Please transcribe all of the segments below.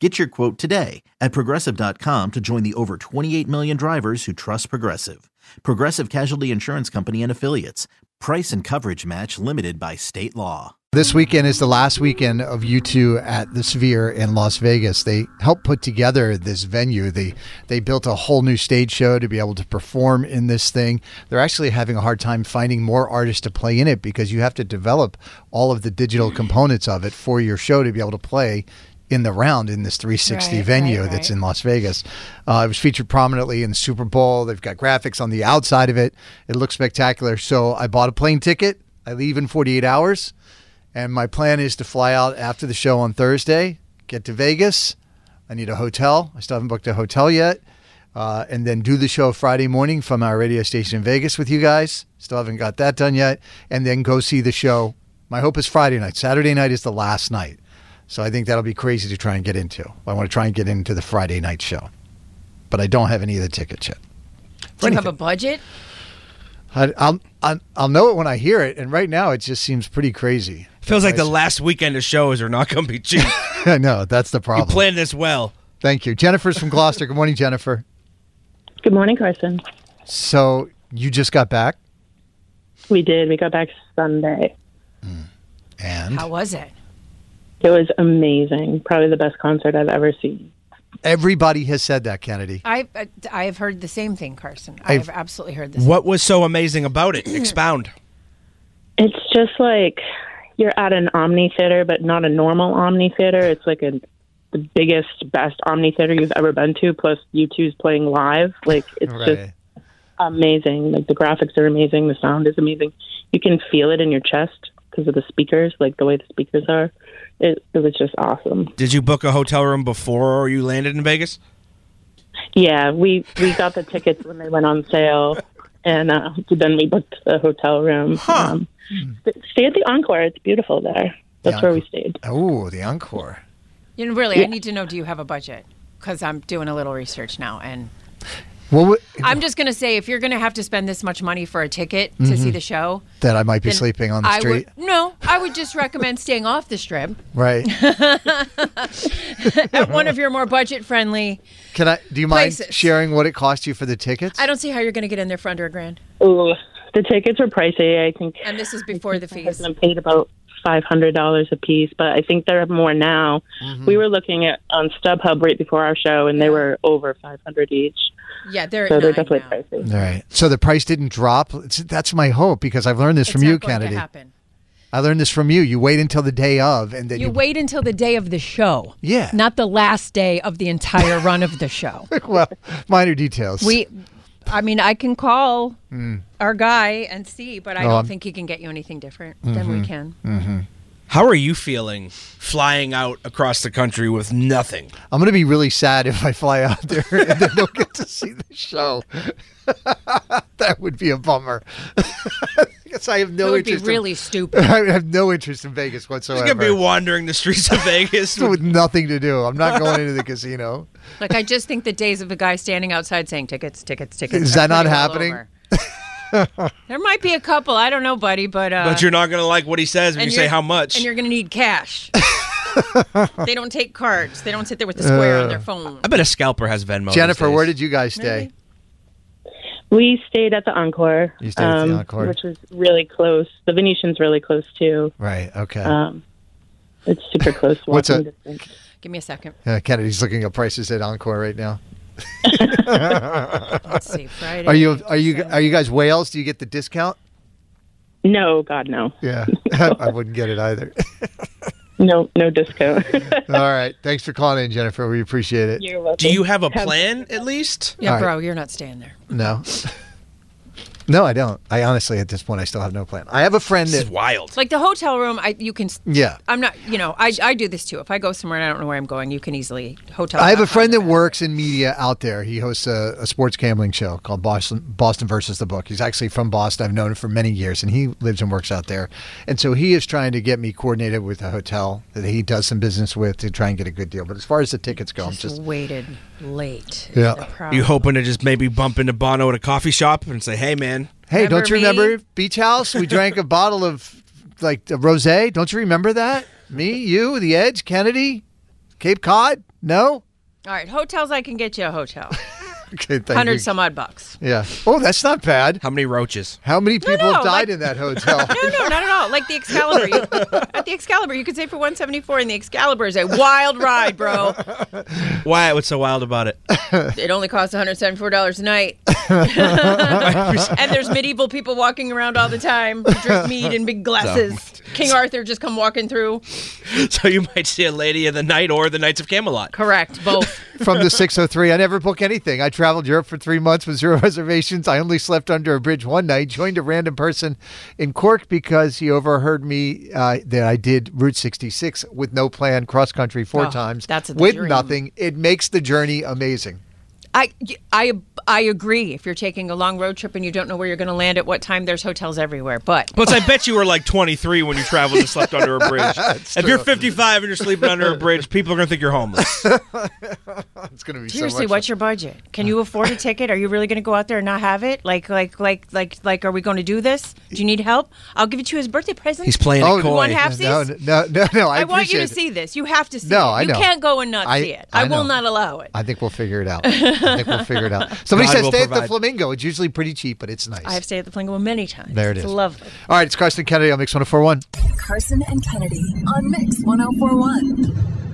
Get your quote today at progressive.com to join the over 28 million drivers who trust Progressive. Progressive Casualty Insurance Company and Affiliates. Price and coverage match limited by state law. This weekend is the last weekend of you two at the Sphere in Las Vegas. They helped put together this venue. They they built a whole new stage show to be able to perform in this thing. They're actually having a hard time finding more artists to play in it because you have to develop all of the digital components of it for your show to be able to play in the round in this 360 Right, venue right, that's right. in Las Vegas. Uh, it was featured prominently in the Super Bowl. They've got graphics on the outside of it. It looks spectacular. So I bought a plane ticket. I leave in 48 hours. And my plan is to fly out after the show on Thursday, get to Vegas. I need a hotel. I still haven't booked a hotel yet. Uh, and then do the show Friday morning from our radio station in Vegas with you guys. Still haven't got that done yet. And then go see the show. My hope is Friday night. Saturday night is the last night. So I think that'll be crazy to try and get into. I want to try and get into the Friday night show, but I don't have any of the tickets yet. Do you have a budget? Mm. I, I'll, I'll I'll know it when I hear it, and right now it just seems pretty crazy. Feels like the last weekend of shows are not going to be cheap. I know that's the you problem. planned this well. Thank you, Jennifer's from Gloucester. Good morning, Jennifer. Good morning, Carson. So you just got back, We did. We got back Sunday. and How was it? It was amazing. Probably the best concert I've ever seen. everybody has said that, Kennedy. I uh, I have heard the same thing, Carson. I have absolutely heard this. What was so amazing about it? Expound. It's just like you're at an Omni Theater, but not a normal Omni Theater. It's like a, the biggest, best Omni Theater you've ever been to. Plus, you two's playing live. Like it's just amazing. Like the graphics are amazing. The sound is amazing. You can feel it in your chest because of the speakers. Like the way the speakers are. It, it was just awesome. Did you book a hotel room before you landed in Vegas? Yeah, we we got the tickets when they went on sale, and uh, then we booked the hotel room. Um, st- stay at the Encore. It's beautiful there. That's The where we stayed. Oh, the encore. You know, really, I need to know. Do you have a budget? Because I'm doing a little research now, and Well, w- I'm just gonna say if you're gonna have to spend this much money for a ticket to see the show, that I might be then sleeping on Mm-hmm. the I street, Would, no, I would just recommend staying off the strip right? at one of your more budget-friendly. Can I? Do you mind Places. sharing what it cost you for the tickets? I don't see how you're gonna get in there for under a grand, Ooh, the tickets were pricey. I think and this is before the fees. I paid about five hundred dollars a piece, but I think they're more now. Mm-hmm. We were looking at on StubHub right before our show, and they were over five hundred each. Yeah, they're at So they're nine definitely now. pricey. All right. So the price didn't drop. It's, that's my hope because I've learned this It's from not you, going to Kennedy. happen. I learned this from you. You wait until the day of, and then you, You wait until the day of the show. Yeah. Not the last day of the entire run of the show. well, minor details. We, I mean, I can call Mm. our guy and see, but I don't think he can get you anything different than Mm-hmm. we can. Mm. How are you feeling flying out across the country with nothing? I'm going to be really sad if I fly out there and then don't get to see the show. that would be a bummer. because I have no it would be interest. really in, stupid. I have no interest in Vegas You're whatsoever. going to be wandering the streets of Vegas. with nothing to do. I'm not going into the casino. like, I just think the days of the guy standing outside saying tickets, tickets, tickets. Is that are not pretty well happening? over. there might be a couple. I don't know, buddy, but. Uh, but you're not going to like what he says when and you say you're- how much. And you're going to need cash. they don't take cards. They don't sit there with the square Uh. on their phone. I bet a scalper has Venmo. Jennifer, where did you guys stay? We stayed at the Encore, um, You stayed at the Um, Encore. which was really close. The Venetian's really close too. Right. Okay. Uh, Um, it's super close. What's walking a- distance. Give me a second. Uh, Kennedy's looking up prices at Encore right now. Let's see. Friday. Are you are you are you guys whales? Do you get the discount? No, God, no. Yeah, I wouldn't get it either. No, no discount. All right. Thanks for calling in, Jennifer. We appreciate it. You're welcome. Do you have a plan at least? Yeah, All right. bro, you're not staying there. No. No, I don't. I honestly, at this point, I still have no plan. I have a friend This is that. wild. Like the hotel room, I you can. Yeah. I'm not. You know, I I do this too. If I go somewhere and I don't know where I'm going, you can easily hotel. I have a dot com friend the that back. works in media out there. He hosts a, a sports gambling show called Boston Boston versus the Book. He's actually from Boston. I've known him for many years, and he lives and works out there. And so he is trying to get me coordinated with a hotel that he does some business with to try and get a good deal. But as far as the tickets go, I'm Just, just waited late. is Yeah. the You problem. You hoping to just maybe bump into Bono at a coffee shop and say, "Hey, man, hey, don't you Remember remember Beach House? We drank a bottle of like the rosé. Don't you remember that? Me, you, the Edge, Kennedy, Cape Cod. No. All right, hotels. I can get you a hotel. Okay, thank you. Hundred some odd bucks. Yeah. Oh, that's not bad. how many roaches?" How many people no, have died like- in that hotel? No, no, not at all. Like the Excalibur. You, at the Excalibur, you could say for 174, and the Excalibur is a wild ride, bro. Why? What's so wild about it? It only costs $174 a night. and there's medieval people walking around all the time who drink mead in big glasses. King Arthur just come walking through. so you might see a lady of the night or the Knights of Camelot. Correct, both. from the 603. I never book anything. I traveled Europe for three months with zero reservations. I only slept under a bridge one night. Joined a random person in Cork because he overheard me uh, that I did Route 66 with no plan, cross country four Oh, times that's the with dream. nothing. It makes the journey amazing. I, I, I agree. If you're taking a long road trip and you don't know where you're going to land at what time, there's hotels everywhere. But Plus, I bet you were like 23 when you traveled and slept under a bridge. if you're 55 and you're sleeping under a bridge, people are going to think you're homeless. It's going to be Seriously, so much. what's your budget? Can you afford a ticket? Are you really going to go out there and not have it? Like, like, like, like, like, are we going to do this? Do you need help? I'll give it to you as a birthday present. He's playing Oh, it no, coy. One half- no, no, no, no, no. I, I, want you to appreciate it. see this. You have to see No, it. I you know. can't go and not I- see it. I, I know. will not allow it. I think we'll figure it out. I think we'll figure it out. Somebody God says will stay at the provide. Flamingo. It's usually pretty cheap, but it's nice. I have stayed at the Flamingo many times. There it it's is. Lovely. All right, it's Carson Kennedy on Mix 1041. Carson and Kennedy on Mix 1041.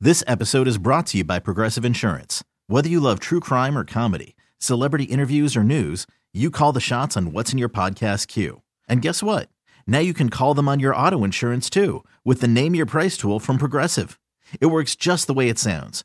This episode is brought to you by Progressive Insurance. Whether you love true crime or comedy, celebrity interviews or news, you call the shots on what's in your podcast queue. And guess what? Now you can call them on your auto insurance too with the Name Your Price tool from Progressive. It works just the way it sounds.